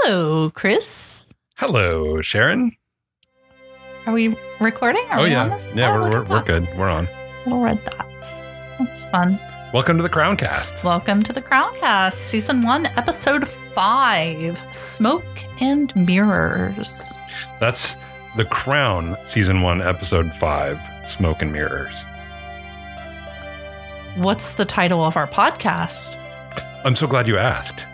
Hello, Chris. Hello, Sharon. Are we recording? Are oh we yeah, on this? yeah, Oh, we're look we're, at we're that. good. We're on. Little red dots. That's fun. Welcome to the Crowncast. Welcome to the Crowncast, Season 1, Episode 5 Smoke and Mirrors. That's the Crown, Season One, Episode Five, Smoke and Mirrors. What's the title of our podcast? I'm so glad you asked.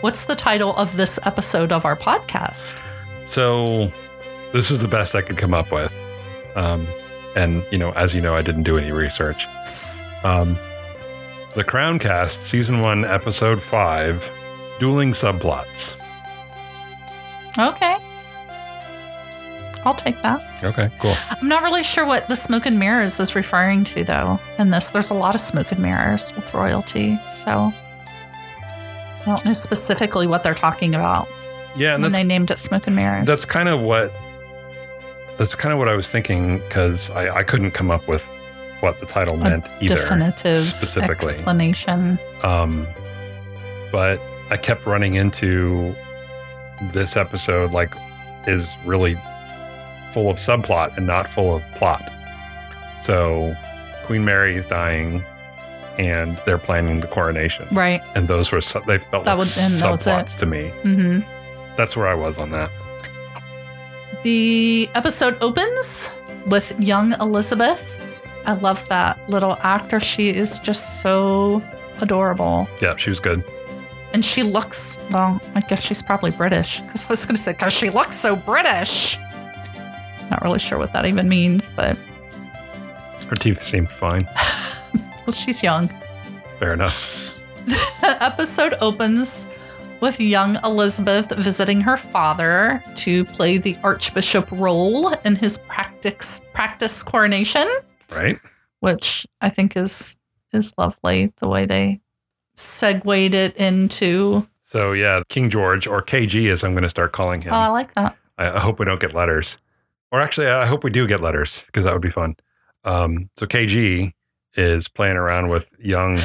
What's the title of this episode of our podcast? So, this is the best I could come up with. Um, and you know, as you know, I didn't do any research. Um, the Crowncast, Season One, Episode Five, dueling subplots. Okay. I'll take that. Okay, cool. I'm not really sure what the smoke and mirrors is referring to, though, in this. There's a lot of smoke and mirrors with royalty, so I don't know specifically what they're talking about Yeah, and when that's they named it smoke and mirrors. That's kind of what. That's kind of what I was thinking because I, I couldn't come up with what the title meant either. definitive specifically. explanation. Um, but I kept running into this episode like is really full of subplot and not full of plot. So Queen Mary is dying, and they're planning the coronation, Right. and those were sub- they felt That like was- and that was it. subplots to me. hmm That's where I was on that. The episode opens with young Elizabeth. I love that little actor. She is just so adorable. Yeah, she was good. And she looks, well, I guess she's probably British because I was going to say, because she looks so British. Not really sure what that even means, but Her teeth seemed fine. well, she's young. Fair enough. The episode opens with young Elizabeth visiting her father to play the Archbishop role in his practice practice coronation, right? which I think is is lovely the way they segued it into. So yeah, King George or KG as I'm going to start calling him. Oh, I like that. I, I hope we don't get letters, or actually, I hope we do get letters because that would be fun. Um, so KG is playing around with young.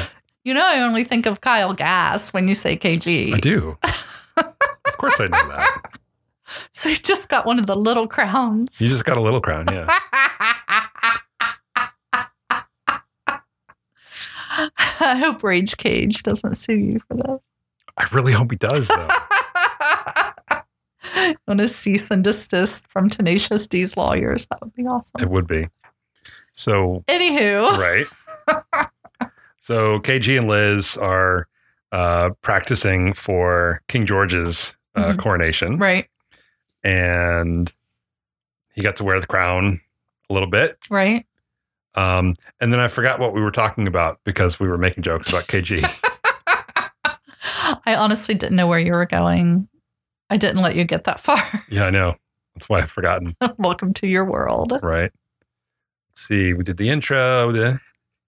You know, I only think of Kyle Gass when you say KG. I do. of course, I know that. So you just got one of the little crowns. You just got a little crown, yeah. I hope Rage Cage doesn't sue you for that. I really hope he does though. You want to cease and desist from Tenacious D's lawyers? That would be it awesome. would be. So Anywho, right. So KG and Liz are uh, practicing for King George's uh, Mhm. coronation. right, and he got to wear the crown a little bit. right. Um, and then I forgot what we were talking about because we were making jokes about KG. I honestly didn't know where you were going. I didn't let you get that far. yeah, I know. That's why I've forgotten, Welcome to your world. right? Let's see. We did the intro. we did-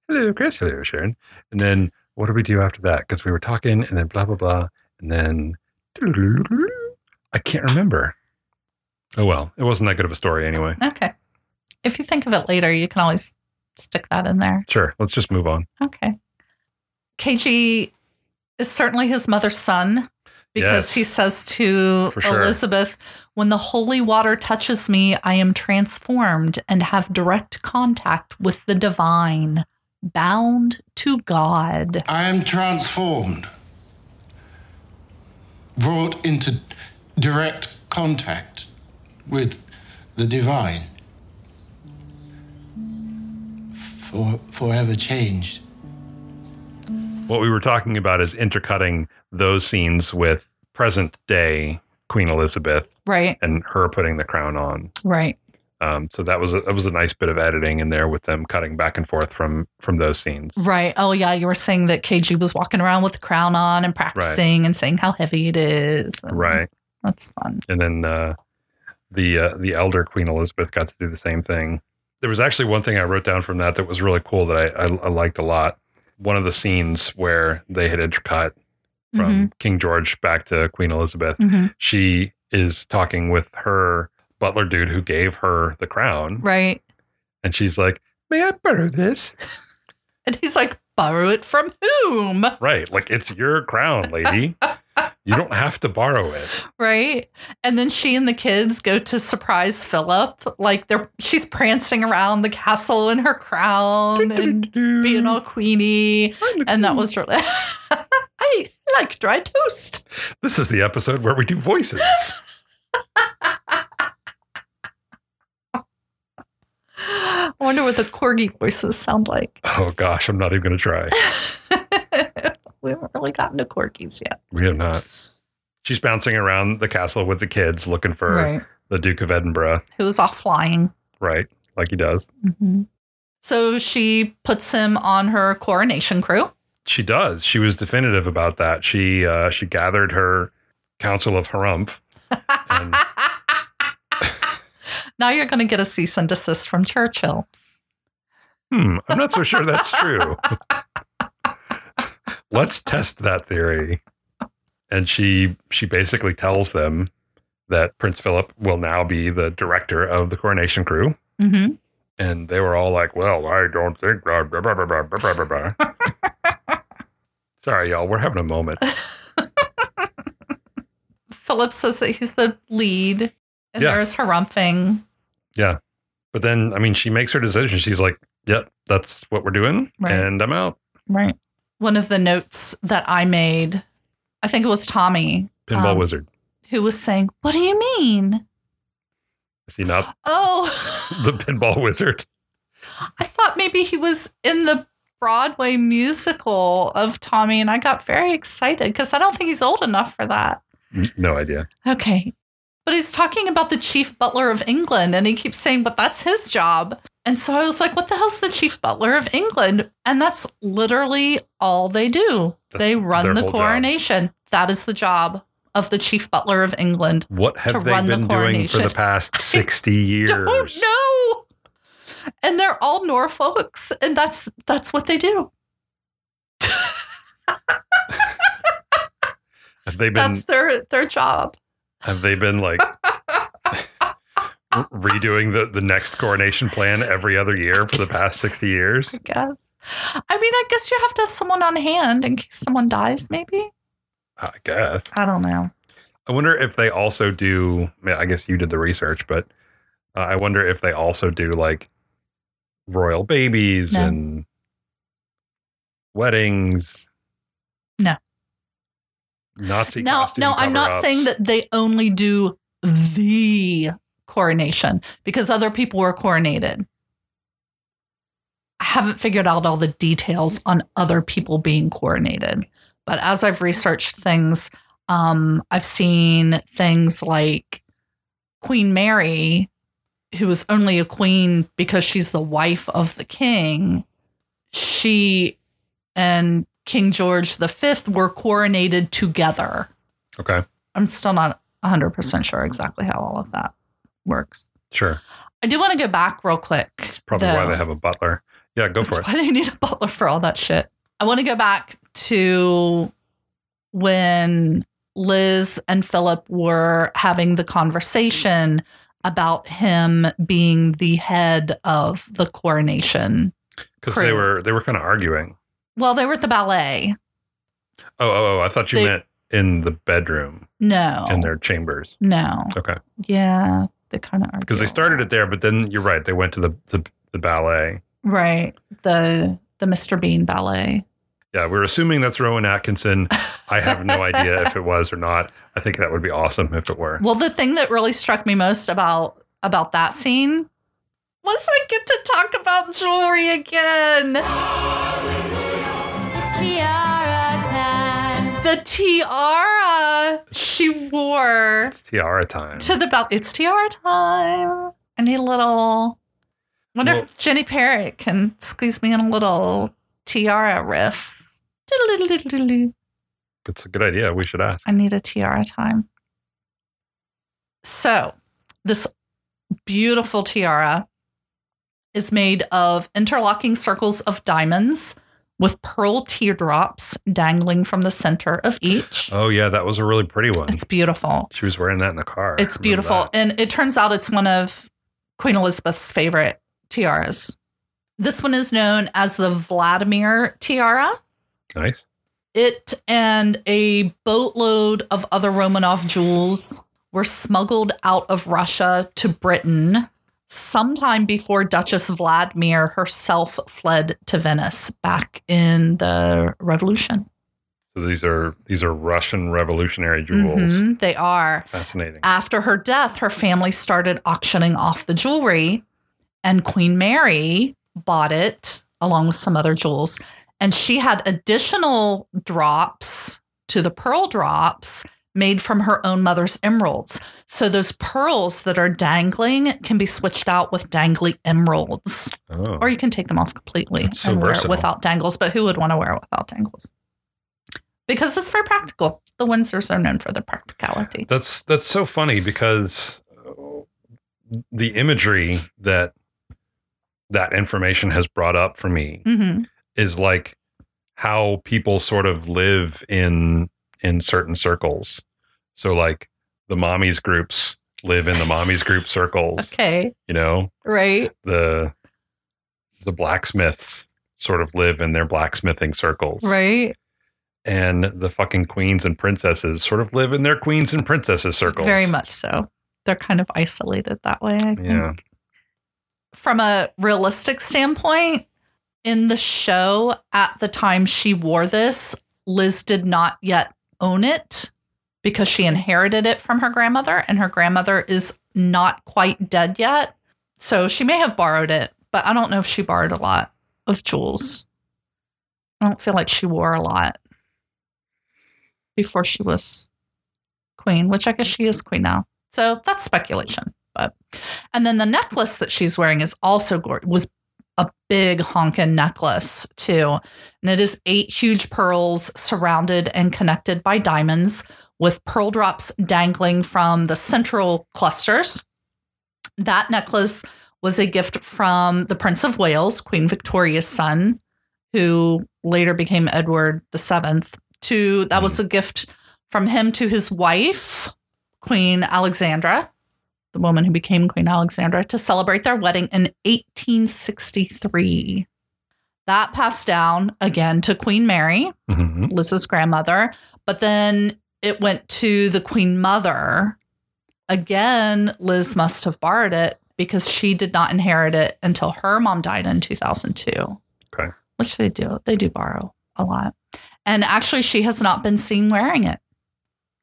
Hello, Chris. Hello, Sharon. And then what did we do after that? Because we were talking and then blah, blah, blah. And then I can't remember. Oh, well, it wasn't that good of a story anyway. Okay. If you think of it later, you can always stick that in there. Sure. Let's just move on. Okay. KG is certainly his mother's son because Yes. he says to For sure. Elizabeth, When the holy water touches me, I am transformed and have direct contact with the divine, bound to God. I am transformed, brought into direct contact with the divine, for, forever changed. What we were talking about is intercutting those scenes with present day Queen Elizabeth Right, and her putting the crown on. right. Um, so that was a, that was a nice bit of editing in there with them cutting back and forth from from those scenes. Right. Oh, yeah. You were saying that KG was walking around with the crown on and practicing and saying how heavy it is. And Right, That's fun. and then uh, the uh, the elder Queen Elizabeth got to do the same thing. There was actually one thing I wrote down from that that was really cool that I, I, I liked a lot. One of the scenes where they had intercut from King George back to Queen Elizabeth. Mhm, mhm. she is talking with her butler dude who gave her the crown Right. and she's like may i borrow this And he's like, borrow it from whom? Right. Like it's your crown, lady. you don't have to borrow it. Right. And then she and the kids go to surprise Philip. Like they're she's prancing around the castle in her crown and being all queenie. And that was really I like dry toast. This is the episode where we do voices. I wonder what the corgi voices sound like. Oh gosh, I'm not even gonna try. we haven't really gotten to corgis yet. We have not. She's bouncing around the castle with the kids looking for the Duke of Edinburgh, Who was off flying. right? Like he does. Mhm. So she puts him on her coronation crew. She does. She was definitive about that. She uh, she gathered her council of harumph. And- now you're going to get a cease and desist from Churchill. Hmm, I'm not so sure that's true. Let's test that theory. And she she basically tells them that Prince Philip will now be the director of the coronation crew. Mm-hmm. And they were all like, "Well, I don't think." Blah, blah, blah, blah, blah, blah, blah, blah." Sorry, y'all. We're having a moment. Philip says that he's the lead, and Yeah. there's harumphing. But then, I mean, she makes her decision. She's like, "Yep, that's what we're doing," Right. and I'm out. Right. One of the notes that I made, I think it was Tommy Pinball Um, wizard. who was saying, What do you mean? Is he not Oh, the pinball wizard? I thought maybe he was in the Broadway musical of Tommy, and I got very excited because I don't think he's old enough for that. No idea. Okay. But he's talking about the chief butler of England and he keeps saying, but that's his job. And so I was like, what the hell's the chief butler of England? And that's literally all they do. That's they their run the whole job. coronation. That is the job of the chief butler of England. What To have they run the been doing for coronation. the past sixty years? Don't know. And they're all Norfolks, and that's that's what they do. Have they been? That's their their job. Have they been like redoing the the next coronation plan every other year for the past sixty years? I guess. I mean, I guess you have to have someone on hand in case someone dies, maybe. I guess. I don't know. I wonder if they also do. I, mean, I guess you did the research, but uh, I wonder if they also do like royal babies No. and weddings. No. Nazi. No, costume no, I'm not cover-ups. saying that they only do the coronation because other people were coronated. I haven't figured out all the details on other people being coronated, but as I've researched things, um, I've seen things like Queen Mary, who was only a queen because she's the wife of the king. She and King George V were coronated together. Okay, I'm still not 100% sure exactly how all of that works. sure. I do want to go back real quick. That's probably why though. they have a butler. Yeah, go That's for it. why they need a butler for all that shit. I want to go back to when Liz and Philip were having the conversation about him being the head of the coronation. Because they crew. were they were kind of arguing. Well, they were at the ballet. Oh, oh, oh! I thought you They- Oh. meant in the bedroom No. in their chambers No. Okay. Yeah, they kind of because they started it there, but then you're right. They went to the the, the ballet. right the the Mr. Bean ballet. Yeah, we're assuming that's Rowan Atkinson. I have no idea if it was or not. I think that would be awesome if it were. Well, the thing that really struck me most about about that scene was I get to talk about jewelry again. It's tiara time. The tiara she wore It's tiara time. to the belt. It's tiara time. I need a little. Wonder Well- if Jenny Parrott can squeeze me in a little tiara riff. Doodle-doodle-doodle-doodle. That's a good idea. We should ask. I need a tiara time. So, this beautiful tiara is made of interlocking circles of diamonds with pearl teardrops dangling from the center of each. Oh yeah, that was a really pretty one. It's beautiful. She was wearing that in the car. It's Remember beautiful. that. And it turns out it's one of Queen Elizabeth's favorite tiaras. This one is known as the Vladimir tiara. Nice. It and a boatload of other Romanov jewels were smuggled out of Russia to Britain sometime before Duchess Vladimir herself fled to Venice back in the revolution. So these are these are Russian revolutionary jewels. Mhm, they are. Fascinating. After her death, her family started auctioning off the jewelry, and Queen Mary bought it along with some other jewels. And she had additional drops to the pearl drops made from her own mother's emeralds. So those pearls that are dangling can be switched out with dangly emeralds, Oh, or you can take them off completely That's so and wear it versatile. without dangles. But who would want to wear it without dangles? Because it's very practical. The Windsors are known for their practicality. that's that's so funny because uh, the imagery that that information has brought up for me hmm is like how people sort of live in in certain circles. So like the mommies groups live in the mommies group circles, Okay. you know, Right. the the blacksmiths sort of live in their blacksmithing circles. Right. And the fucking queens and princesses sort of live in their queens and princesses circles. Very much so. They're kind of isolated that way. I think. Yeah. From a realistic standpoint, in the show at the time she wore this, Liz did not yet own it because she inherited it from her grandmother, and her grandmother is not quite dead yet. So she may have borrowed it, but I don't know if she borrowed a lot of jewels. I don't feel like she wore a lot before she was queen, which I guess she is queen now. So that's speculation. But and then the necklace that she's wearing is also gorgeous. Was a big honkin' necklace too, and it is eight huge pearls surrounded and connected by diamonds, with pearl drops dangling from the central clusters. That necklace was a gift from the Prince of Wales, Queen Victoria's son, who later became Edward the Seventh. To that was a gift from him to his wife, Queen Alexandra, the woman who became Queen Alexandra, to celebrate their wedding in 1863. That passed down again to Queen Mary, hmm Liz's grandmother, but then it went to the Queen Mother. Again, Liz must have borrowed it because she did not inherit it until her mom died in 2002. Okay. Which they do. They do borrow a lot. And actually, she has not been seen wearing it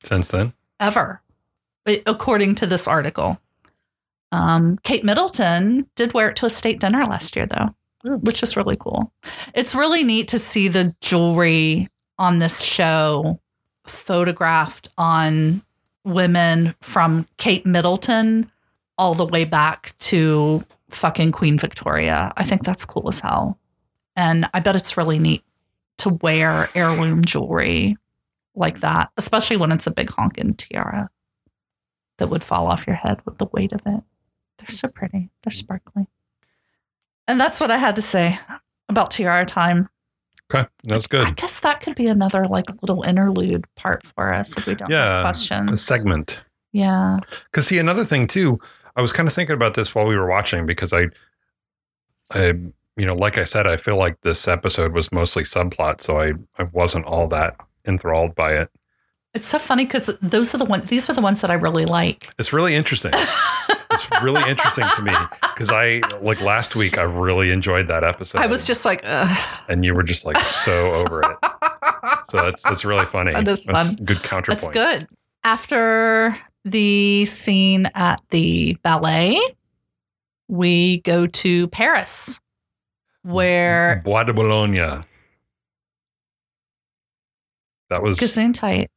Since then, ever, i- according to this article. Um, Kate Middleton did wear it to a state dinner last year, though, which was really cool. It's really neat to see the jewelry on this show photographed on women from Kate Middleton all the way back to fucking Queen Victoria. I think that's cool as hell. And I bet it's really neat to wear heirloom jewelry like Mm-hmm. that, especially when it's a big honkin' tiara that would fall off your head with the weight of it. They're so pretty, they're Mm-hmm. sparkly. And that's what I had to say about tiara time. okay, that's good. I guess that could be another like little interlude part for us if we don't Yeah, have a questions. A segment. Yeah. Because see, another thing too, I was kind of thinking about this while we were watching because I, I, you know, like I said, I feel like this episode was mostly subplot, so I I wasn't all that enthralled by it. It's so funny because those are the ones these are the ones that I really like. It's really interesting. it's really interesting to me because I like last week I really enjoyed that episode. I was just like, Ugh. and you were just like so over it. So that's that's really funny. That is That's fun. Good counterpoint. That's good. After the scene at the ballet, we go to Paris, Mm-hmm. where Bois de Bologna. That was Gesundheit.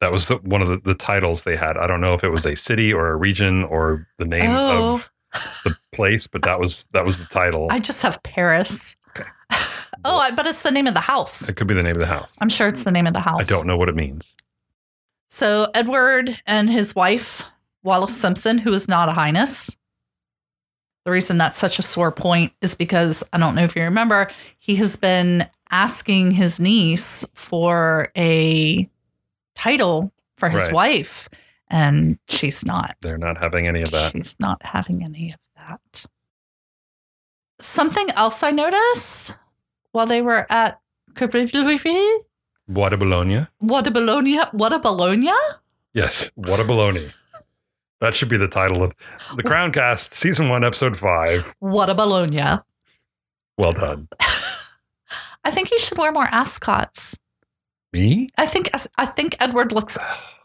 That was the, one of the, the titles they had. I don't know if it was a city or a region or the name Oh, of the place, but that was that was the title. I just have Paris. Okay. oh, I, but it's the name of the house. it could be the name of the house. I'm sure it's the name of the house. I don't know what it means. So Edward and his wife, Wallace Simpson, who is not a highness. The reason that's such a sore point is because I don't know if you remember, he has been asking his niece for a title for his Right. wife, and she's not. They're not having any of that. She's not having any of that. Something else I noticed while they were at what What a Bologna. a Bologna, what a Bologna. Yes, what a Bologna. That should be the title of The Crown Cast, Season 1, Episode 5. What a Bologna. Well done. I think he should wear more ascots. Me? I think I think Edward looks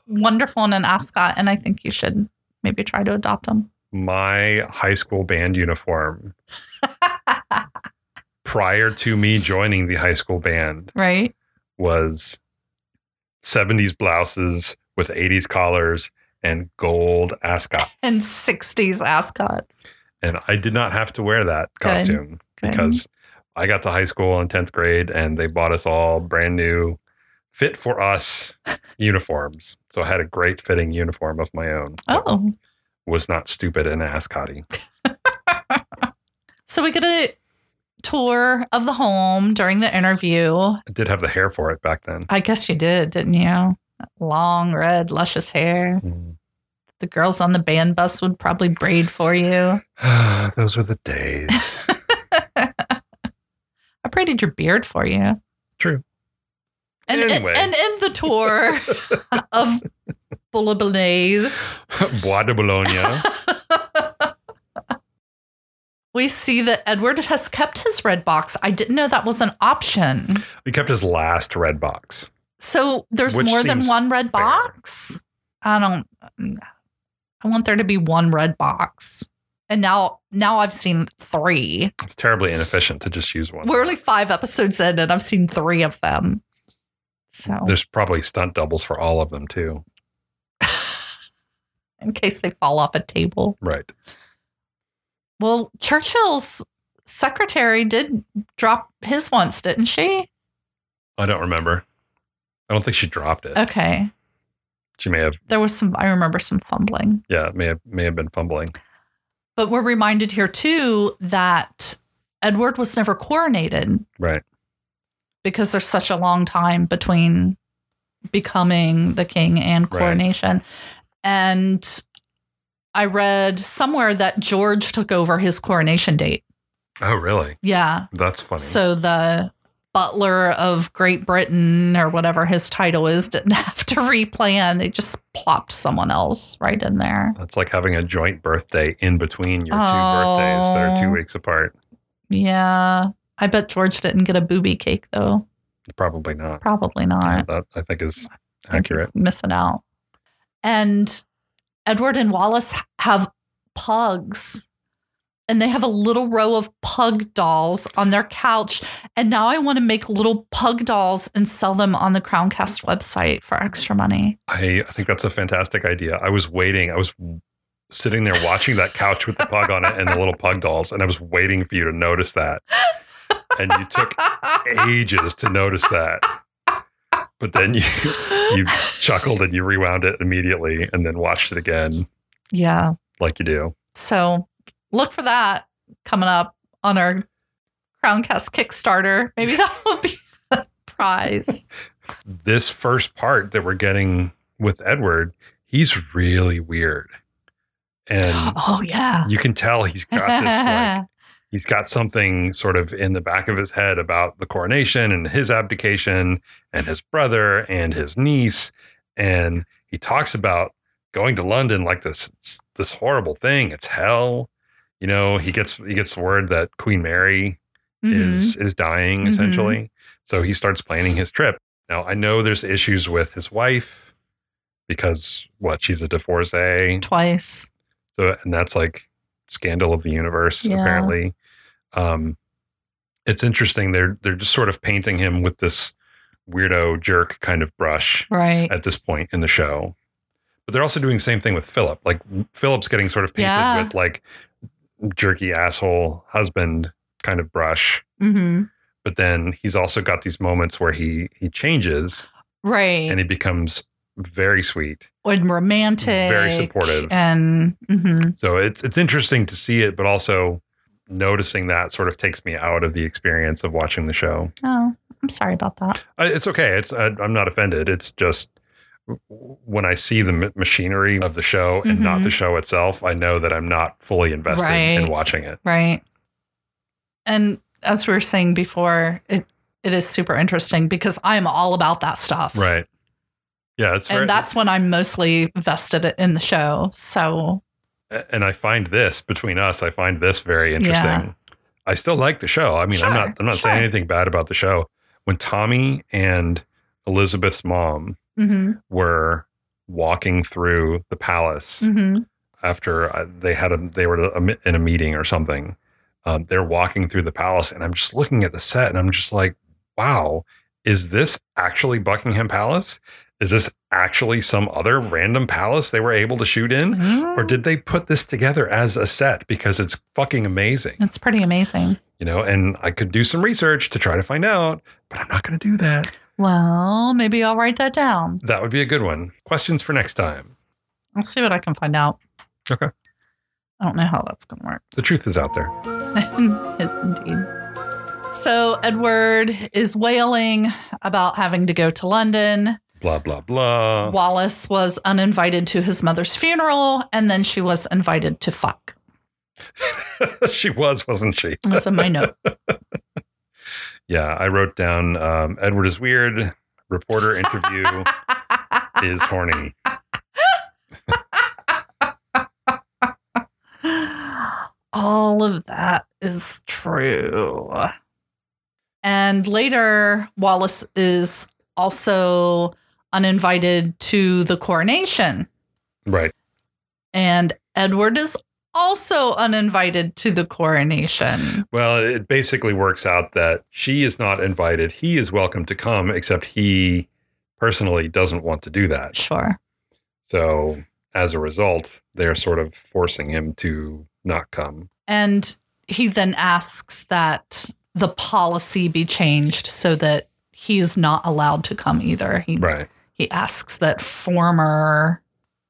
wonderful in an ascot, and I think you should maybe try to adopt him. My high school band uniform prior to me joining the high school band right? was 70s blouses with 80s collars and gold ascots. And sixties ascots. and I did not have to wear that Good. costume Good. because I got to high school in 10th grade and they bought us all brand new fit for us uniforms. So I had a great fitting uniform of my own. that Oh, Was not stupid and ascotty. so we get a tour of the home during the interview. I did have the hair for it back then. I guess you did, didn't you? Long red, luscious hair. The girls on the band bus would probably braid for you. Those were the days. I braided your beard for you. True. And, and- Anyway. and in the tour of Bouillabaisse, Bois de Bologna. we see that Edward has kept his red box. I didn't know that was an option. he kept his last red box. So there's Which more than seems one red fair. box. I don't. I want there to be one red box. And now, now I've seen three. It's terribly inefficient to just use one. We're only five episodes in, and I've seen three of them. So There's probably stunt doubles for all of them too. in case they fall off a table. Right. Well, Churchill's secretary did drop his once, didn't she? I don't remember. I don't think she dropped it. Okay. She may have There was some, I remember some fumbling. yeah, it may have may have been fumbling. But we're reminded here too that Edward was never coronated Right. because there's such a long time between becoming the king and Right. coronation. And I read somewhere that George took over his coronation date. Oh, really? Yeah. That's funny. So the butler of Great Britain or whatever his title is didn't have to replan. They just plopped someone else right in there. That's like having a joint birthday in between your two birthdays that are Oh. two weeks apart. Yeah. I bet George didn't get a booby cake though. Probably not. Probably not. That I think is I think accurate. he's missing out. And Edward and Wallace have pugs. And they have a little row of pug dolls on their couch. And now I want to make little pug dolls and sell them on the Crowncast website for extra money. I, I think that's a fantastic idea. I was waiting. I was w- sitting there watching that couch with the pug on it and the little pug dolls, and I was waiting for you to notice that. And you took ages to notice that. But then you you chuckled and you rewound it immediately and then watched it again yeah. like you do. So look for that coming up on our Crowncast Kickstarter. Maybe that will be a prize. this first part that we're getting with Edward, he's really weird. And Oh, yeah. you can tell he's got this like he's got something sort of in the back of his head about the coronation and his abdication and his brother and his niece and he talks about going to london like this this horrible thing it's hell you know he gets he gets word that queen mary Mhm. is is dying Mhm. essentially. So he starts planning his trip. Now I know there's issues with his wife because what she's a divorcee, Twice. so and that's like scandal of the universe Yeah. apparently. Um, it's interesting they're they're just sort of painting him with this weirdo jerk kind of brush Right. at this point in the show. But they're also doing the same thing with Philip. Like Philip's getting sort of painted Yeah. with like jerky asshole husband kind of brush hmm but then he's also got these moments where he he changes Right. and he becomes very sweet. and romantic. Very supportive. And mhm. So it's it's interesting to see it, but also noticing that sort of takes me out of the experience of watching the show. oh, I'm sorry about that. I, it's okay. It's I, I'm not offended. It's just w- when I see the ma- machinery of the show and not Mhm. the show itself, I know that I'm not fully invested in Right. watching it. Right. and as we were saying before, it it is super interesting because I am all about that stuff. Right. Yeah, it's And very, that's when I'm mostly vested in the show. So and I find this between us, I find this very interesting. Yeah. I still like the show. I mean, I'm Sure, not I'm not saying sure. anything bad about the show. When Tommy and Elizabeth's mom mhm, were walking through the palace mhm. after uh, they had a they were at a mi- in a meeting or something, um, they're walking through the palace, and I'm just looking at the set, and I'm just like, wow, is this actually Buckingham Palace? Is this actually some other random palace they were able to shoot in? Mm-hmm. or did they put this together as a set because it's fucking amazing it's pretty amazing. you know and i could do some research to try to find out but i'm not going to do that Well, maybe I'll write that down. that would be a good one questions for next time I'll see what I can find out. Okay. I don't know how that's going to work. the truth is out there yes, indeed. So Edward is wailing about having to go to London. blah blah blah Wallace was uninvited to his mother's funeral, and then she was invited to fuck. she was wasn't she That's in my note. yeah i wrote down um, edward is weird reporter interview is horny All of that is true. And later, Wallace is also uninvited to the coronation, right and Edward is also uninvited to the coronation. well it basically works out that she is not invited he is welcome to come except he personally doesn't want to do that Sure. So as a result, they're sort of forcing him to not come. And he then asks that the policy be changed so that he is not allowed to come either. He, Right. he asks that former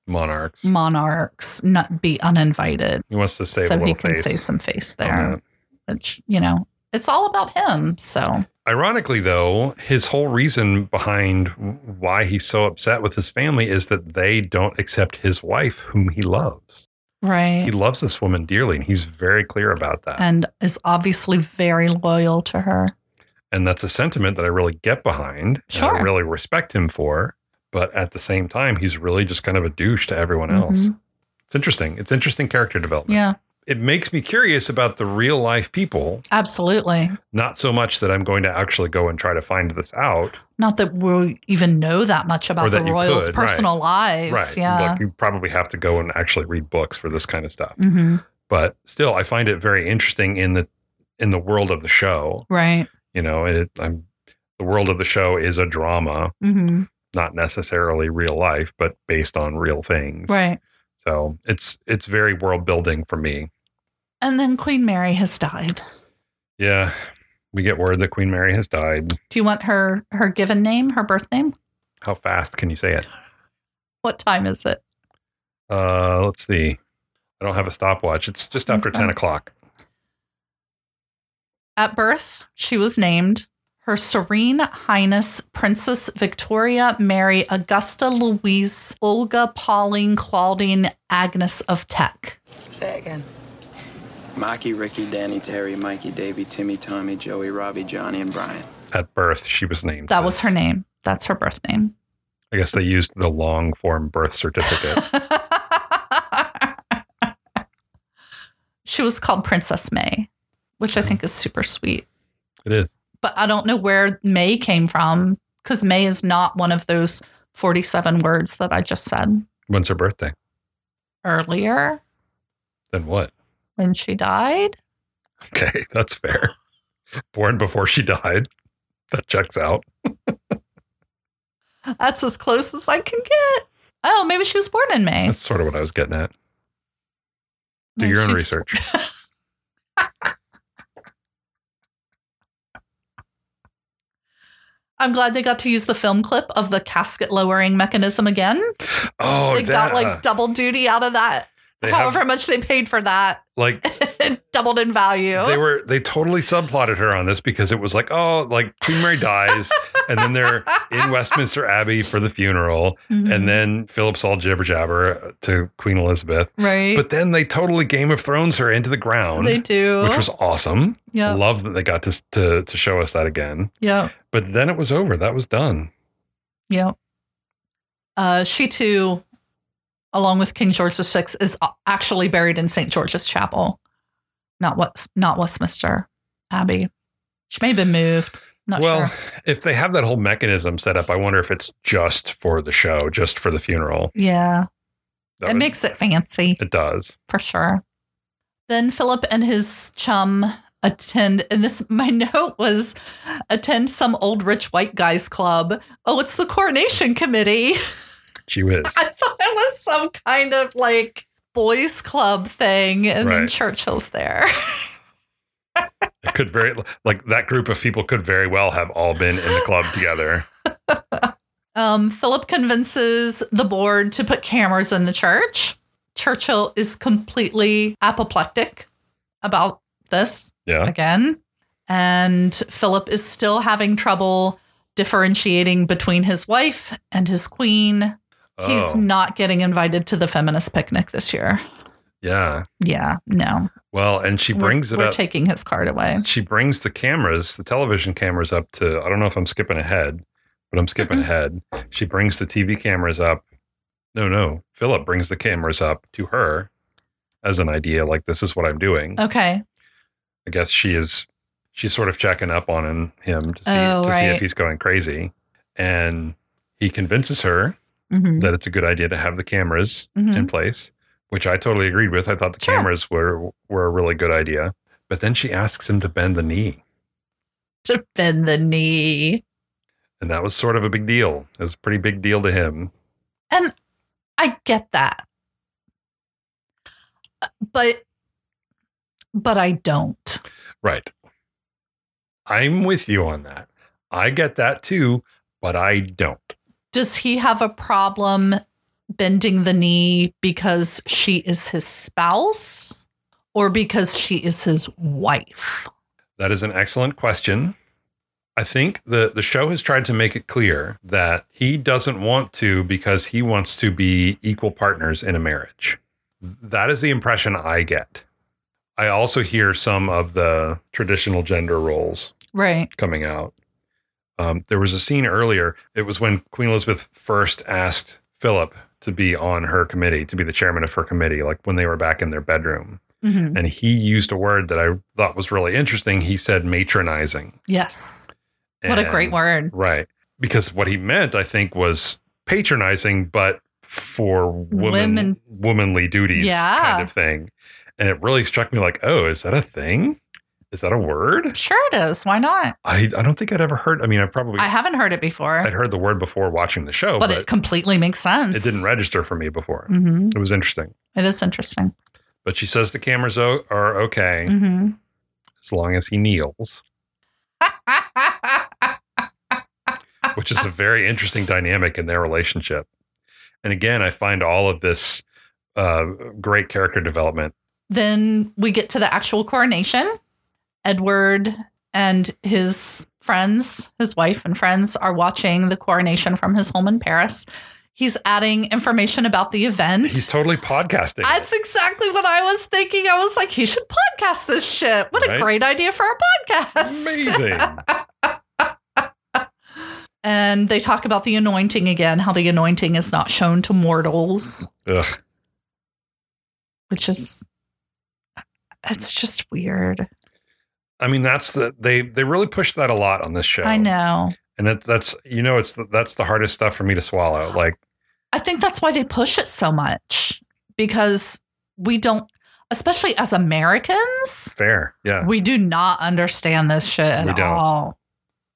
Monarchs. monarchs not be uninvited He wants to save a so little he can face. save some face on there that. which you know it's all about him so Ironically, though, his whole reason behind why he's so upset with his family is that they don't accept his wife, whom he loves. He right loves this woman dearly, and he's very clear about that. and is obviously very loyal to her and that's a sentiment that I really get behind and I Sure. really respect him for. But at the same time, he's really just kind of a douche to everyone else. It's interesting. It's interesting character development. Mm-hmm. yeah it makes me curious about the real life people. absolutely Not so much that I'm going to actually go and try to find this out. not that we even know that much about the that you royals could, right. personal lives right. yeah Like you probably have to go and actually read books for this kind of stuff. hmm But still, I find it very interesting in the in the world of the show. right You know, it, I'm the world of the show is a drama, hmm not necessarily real life, but based on real things. right So it's it's very world building for me. and then queen mary has died Yeah. We get word that Queen Mary has died. do you want her her given name her birth name How fast can you say it? what time is it Uh, let's see. I don't have a stopwatch. It's just after Okay. 10 o'clock. At birth, she was named Her Serene Highness Princess Victoria Mary Augusta Louise Olga Pauline Claudine Agnes of Tech. Say it again. Mikey, Ricky, Danny, Terry, Mikey, Davey, Timmy, Tommy, Joey, Robbie, Johnny, and Brian. At birth, she was named. That this. was her name. That's her birth name. I guess they used the long form birth certificate. she was called Princess May, which I think is super sweet. it is. But I don't know where May came from because May is not one of those 47 words that I just said When's her birthday? earlier Then what? when she died. Okay, that's fair. Born before she died. That checks out. That's as close as I can get. Oh, maybe she was born in May. That's sort of what I was getting at. Do Maybe your she own was- research. I'm glad they got to use the film clip of the casket lowering mechanism again. Oh, they that, got uh, like double duty out of that. they have, However much they paid for that, like it doubled in value. They were they totally subplotted her on this because it was like, oh, like Queen Mary dies, and then they're in Westminster Abbey for the funeral, Mhm. and then Philip's all jibber jabber to Queen Elizabeth. right. But then they totally Game of Thrones her into the ground, they do. which was awesome. yeah. Love that they got to, to to show us that again. Yeah. But then it was over. That was done. Yeah. Uh, she too, along with King George VI, is a- actually buried in St. George's Chapel, not West, not Westminster Abbey. She may have been moved. Not well, sure. if they have that whole mechanism set up, I wonder if it's just for the show, just for the funeral. Yeah. That it would- makes it fancy it does. for sure. Then Philip and his chum attend, and this my note was attend some old rich white guys club. Oh, it's the coronation committee. She whiz. I thought it was some kind of like boys club thing, and then Right. Churchill's there. It could very like that group of people could very well have all been in the club together. Um, Philip convinces the board to put cameras in the church. Churchill is completely apoplectic about this Yeah. again. And Philip is still having trouble differentiating between his wife and his queen. He's Oh, not getting invited to the feminist picnic this year. yeah. Yeah, no. Well, and she brings we're, it we're up. taking his card away. she brings the cameras, the television cameras up to I don't know if I'm skipping ahead, but I'm skipping Mhm. ahead. She brings the TV cameras up. No, no. Philip brings the cameras up to her as an idea like this is what I'm doing. Okay. I guess she is she's sort of checking up on him, him to see Oh, to see right. if he's going crazy. And he convinces her Mhm, that it's a good idea to have the cameras mhm. in place, which I totally agreed with. I thought the Sure. cameras were were a really good idea. But then she asks him to bend the knee, to bend the knee. and that was sort of a big deal. It was a pretty big deal to him. I get that. Uh, But but I don't. Right. I'm with you on that. I get that too, but I don't. Does he have a problem bending the knee because she is his spouse or because she is his wife? That is an excellent question. I think the the show has tried to make it clear that he doesn't want to because he wants to be equal partners in a marriage. That is the impression I get. I also hear some of the traditional gender roles Right. coming out. Um, there was a scene earlier. It was when Queen Elizabeth first asked Philip to be on her committee, to be the chairman of her committee, like when they were back in their bedroom. Mhm. And he used a word that I thought was really interesting. He said matronizing. Yes. What a great And- word. Right. Because what he meant, I think, was patronizing, but for women, Women. womanly duties Yeah. kind of thing. And it really struck me like, oh, is that a thing? Is that a word? Sure it is. Why not? I, I don't think I'd ever heard. I mean, I probably I haven't heard it before, I'd heard the word before watching the show, but but, it completely makes sense. it, didn't register for me before. Mhm. It was interesting. It is interesting. But she says the cameras o- are okay Mhm. as long as he kneels, Mm-hmm. which is a very interesting dynamic in their relationship. And again, I find all of this uh, great character development. then we get to the actual coronation. Edward and his friends, his wife and friends, are watching the coronation from his home in Paris. He's adding information about the event. He's totally podcasting. That's exactly what I was thinking. I was like, he should podcast this shit. What Right? a great idea for a podcast. Amazing. And they talk about the anointing again, how the anointing is not shown to mortals, Ugh, which is, it's just weird. I mean, that's the they they really push that a lot on this show. I know. and that, that's you know, it's the, that's the hardest stuff for me to swallow. Like, I think that's why they push it so much because we don't, especially as Americans, fair, yeah, we do not understand this shit at We don't. all.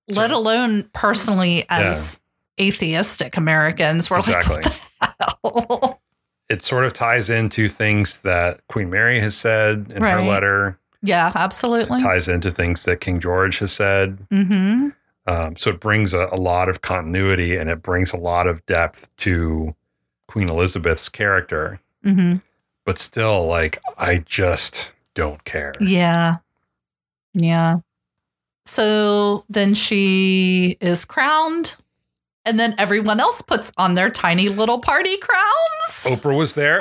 Let alone personally as atheistic Americans, we're exactly. like, what the hell? it sort of ties into things that Queen Mary has said in her Right. letter. yeah, It absolutely. ties into things that King George has said. Mm-hmm. Um, so it brings a, a lot of continuity and it brings a lot of depth to Queen Elizabeth's character. Mm-hmm. But still, like, I just don't care. Yeah. Yeah. So then she is crowned, and then everyone else puts on their tiny little party crowns. Oprah was there.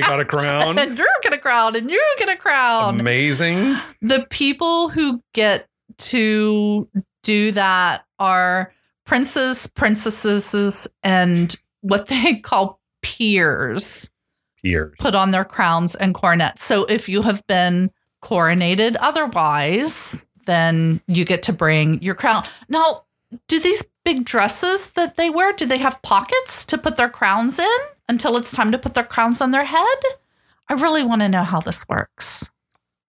got a crown. And you're going to crown, and you're going to crown. Amazing. the people who get to do that are princes, princesses, and what they call peers Years. put on their crowns and coronets. So if you have been coronated otherwise, then you get to bring your crown. Now, do these big dresses that they wear, do they have pockets to put their crowns in until it's time to put their crowns on their head? I really want to know how this works.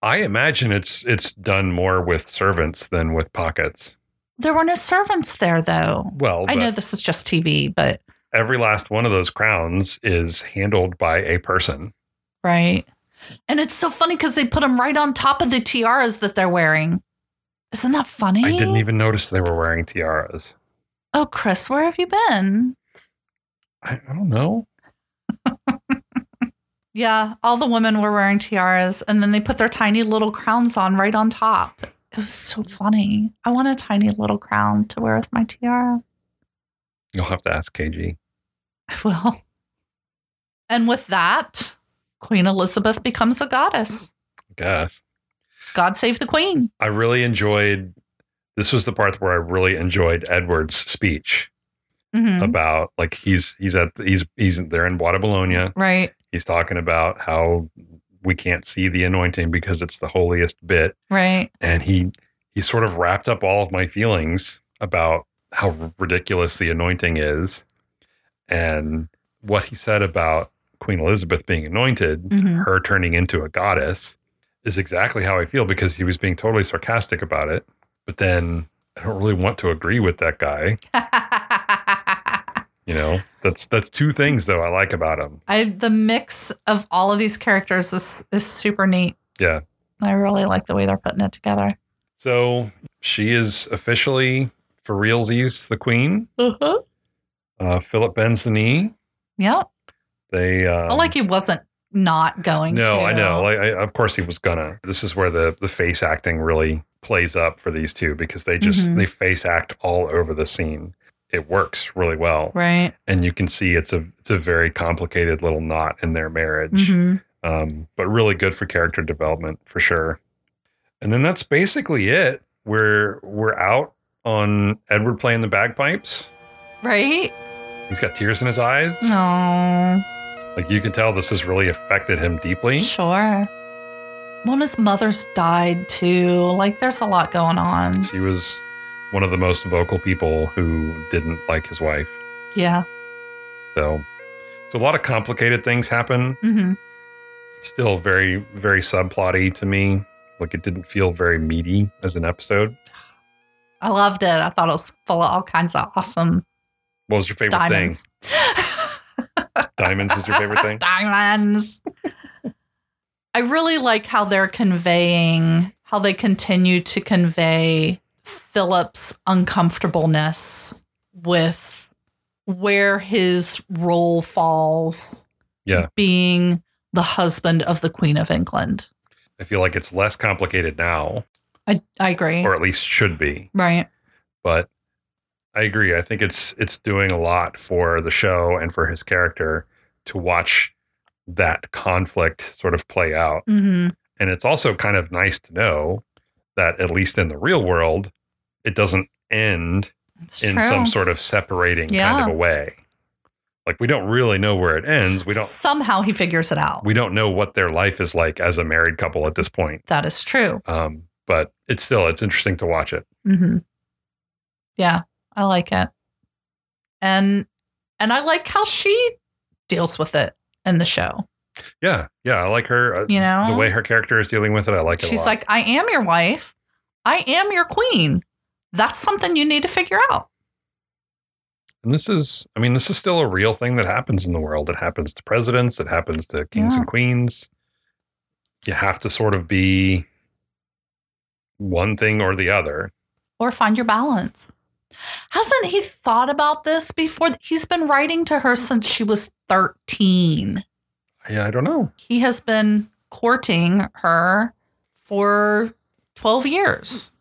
I imagine it's it's done more with servants than with pockets. There were no servants there though. Well, I but know this is just TV, but every last one of those crowns is handled by a person. right. And it's so funny because they put them right on top of the tiaras that they're wearing. Isn't that funny? I didn't even notice they were wearing tiaras. Oh, Chris, where have you been? I, I don't know. Yeah, all the women were wearing tiaras and then they put their tiny little crowns on right on top. It was so funny. I want a tiny little crown to wear with my tiara. You'll have to ask KG. I will. And with that, Queen Elizabeth becomes a goddess. I guess. God save the queen. I really enjoyed this was the part where I really enjoyed Edward's speech Mhm. about like he's he's at he's he's there in Wada Bologna. Right, He's talking about how we can't see the anointing because it's the holiest bit. right. And he he sort of wrapped up all of my feelings about how ridiculous the anointing is and what he said about Queen Elizabeth being anointed Mhm. her turning into a goddess is exactly how I feel because he was being totally sarcastic about it. But then I don't really want to agree with that guy. You know, that's that's two things though I like about him. I the mix of all of these characters is is super neat. Yeah. I really like the way they're putting it together. So she is officially for realsies the queen. Uh-huh. Uh, Philip bends the knee. Yep. They um, I like he wasn't not going to. No, I know. Like, I, of course, he was gonna. This is where the the face acting really plays up for these two because they just Mhm. they face act all over the scene. It works really well. right. and you can see it's a it's a very complicated little knot in their marriage. Mhm. Um, but really good for character development for sure. And then that's basically it. We're we're out on Edward playing the bagpipes. Right? He's got tears in his eyes. No. Like you can tell, this has really affected him deeply. Sure. Well, and his mother's died too. Like, there's a lot going on. She was one of the most vocal people who didn't like his wife. Yeah. So, so a lot of complicated things happen. hmm Still very very subplotty to me. Like it didn't feel very meaty as an episode. I loved it. I thought it was full of all kinds of awesome What was your favorite diamonds. thing? Diamonds was your favorite thing? diamonds. I really like how they're conveying, how they continue to convey Philip's uncomfortableness with where his role falls. Yeah. Being the husband of the Queen of England. I feel like it's less complicated now, I, I agree. or at least should be. right. But I agree. I think it's it's doing a lot for the show and for his character to watch that conflict sort of play out. hmm And it's also kind of nice to know that at least in the real world, it doesn't end It's in true. some sort of separating kind Yeah. of a way. Like we don't really know where it ends. We don't Somehow he figures it out. we don't know what their life is like as a married couple at this point. that is true. Um, but it's still it's interesting to watch it. hmm Yeah, I like it, and and I like how she deals with it in the show. Yeah, yeah, I like her. uh, You know? the way her character is dealing with it. I like it. a She's lot. like, "I am your wife. I am your queen. That's something you need to figure out." and this is. I mean, this is still a real thing that happens in the world. It happens to presidents. It happens to kings Yeah. and queens. You have to sort of be one thing or the other. or find your balance. Hasn't he thought about this before? He's been writing to her since she was 13. Yeah, I don't know. He has been courting her for 12 years,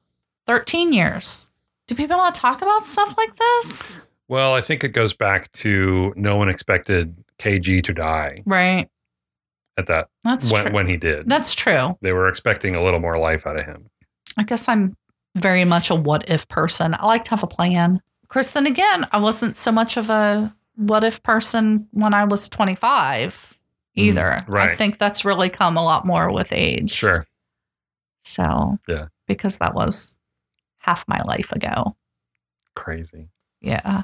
13 years. Do people not talk about stuff like this? Well, I think it goes back to no one expected KG to die Right. at that That's when, true. when he did. That's true. they were expecting a little more life out of him. I guess I'm very much a what if person. I like to have a plan. Of course, then again, I wasn't so much of a what if person when I was 25 either. Mm, right. I think that's really come a lot more with age. Sure. So, Yeah. because that was half my life ago. Crazy. Yeah.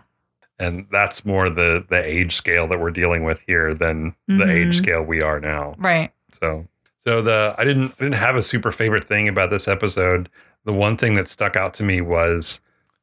And that's more the the age scale that we're dealing with here than the age Mhm. scale we are now. Right. So so the I didn't I didn't have a super favorite thing about this episode. The one thing that stuck out to me was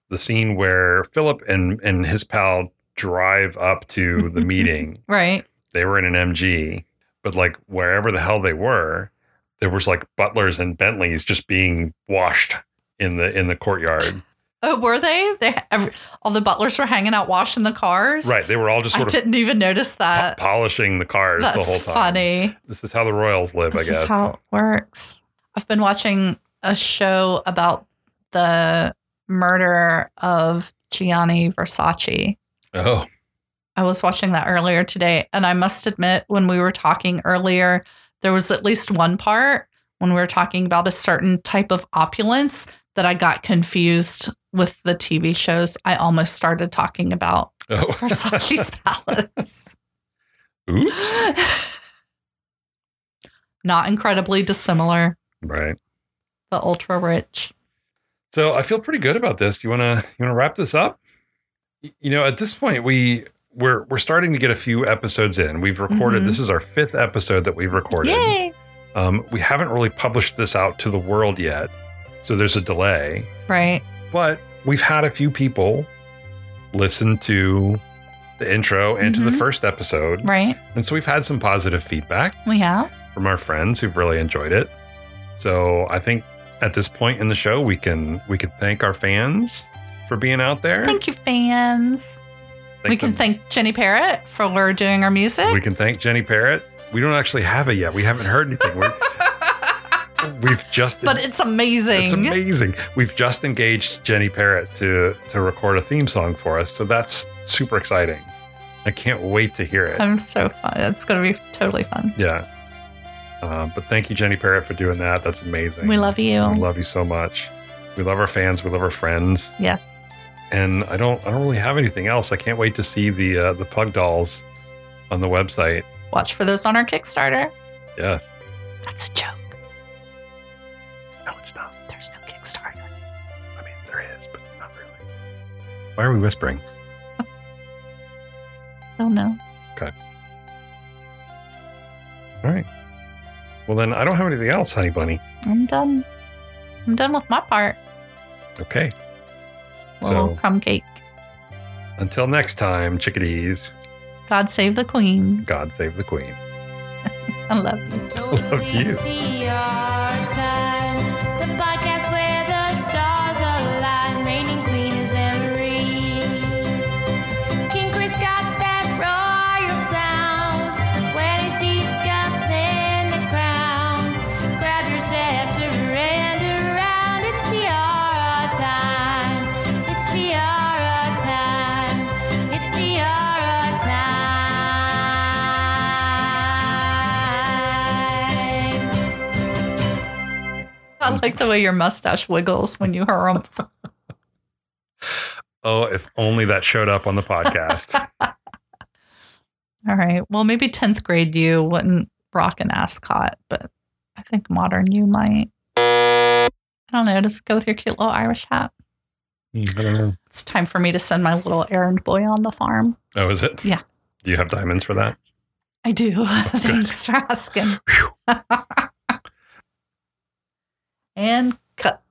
the scene where Philip and and his pal drive up to the meeting. Right. They were in an MG, but like wherever the hell they were, there was like butlers and Bentleys just being washed in the in the courtyard. Oh, were they? They every, all the butlers were hanging out washing the cars. Right. They were all just I sort of didn't even notice po- that. polishing the cars That's the whole time. funny. This is how the royals live, This I guess. is how it works. I've been watching a show about the murder of Gianni Versace. oh, I was watching that earlier today, and I must admit, when we were talking earlier, there was at least one part when we were talking about a certain type of opulence that I got confused with the TV shows I almost started talking about oh, Versace's Palace. oops, Not incredibly dissimilar, right. the ultra rich. So I feel pretty good about this. Do you want to you want to wrap this up? Y- You know, at this point we we're we're starting to get a few episodes in. We've recorded Mhm. this is our fifth episode that we've recorded. Um, we haven't really published this out to the world yet, so there's a delay. Right. But we've had a few people listen to the intro and to the Mhm. first episode, Right. and so we've had some positive feedback. We have. from our friends who've really enjoyed it. So I think at this point in the show, we can we can thank our fans for being out there. Thank you, fans. Thank we can them- thank Jenny Parrott for doing our music. we can thank Jenny Parrott. We don't actually have it yet. We haven't heard anything. We're, we've just but it's amazing. it's amazing. We've just engaged Jenny Parrott to to record a theme song for us. So that's super exciting. I can't wait to hear it. I'm so fun. It's going to be totally fun. yeah. Um, but thank you, Jenny Parrott, for doing that. That's amazing. We love you. We love you so much. We love our fans. We love our friends. Yeah. And I don't. I don't really have anything else. I can't wait to see the uh, the pug dolls on the website. Watch for those on our Kickstarter. Yes. That's a joke. No, it's not. There's no Kickstarter. I mean, there is, but not really. Why are we whispering? Oh no. All right. Well, then I don't have anything else, honey bunny. I'm done. I'm done with my part. Okay. Little So- crumb cake. Until next time, chickadees. God save the queen. God save the queen. I love you. Love you. time. The podcast where the stars align. Reigning queen is Emery. King Chris got that royal sound. When he's discussing the crown. Grab your scepter and around. It's tiara time. It's tiara time. It's tiara time. I like the way your mustache wiggles when you hurl. Oh, if only that showed up on the podcast. All right. Well, maybe 10th grade you wouldn't rock an ascot, but I think modern you might. I don't know. Does it go with your cute little Irish hat? Mm, I don't know. It's time for me to send my little errand boy on the farm. Oh, is it? Yeah. Do you have diamonds for that? I do. Thanks for asking. Phew. And cut.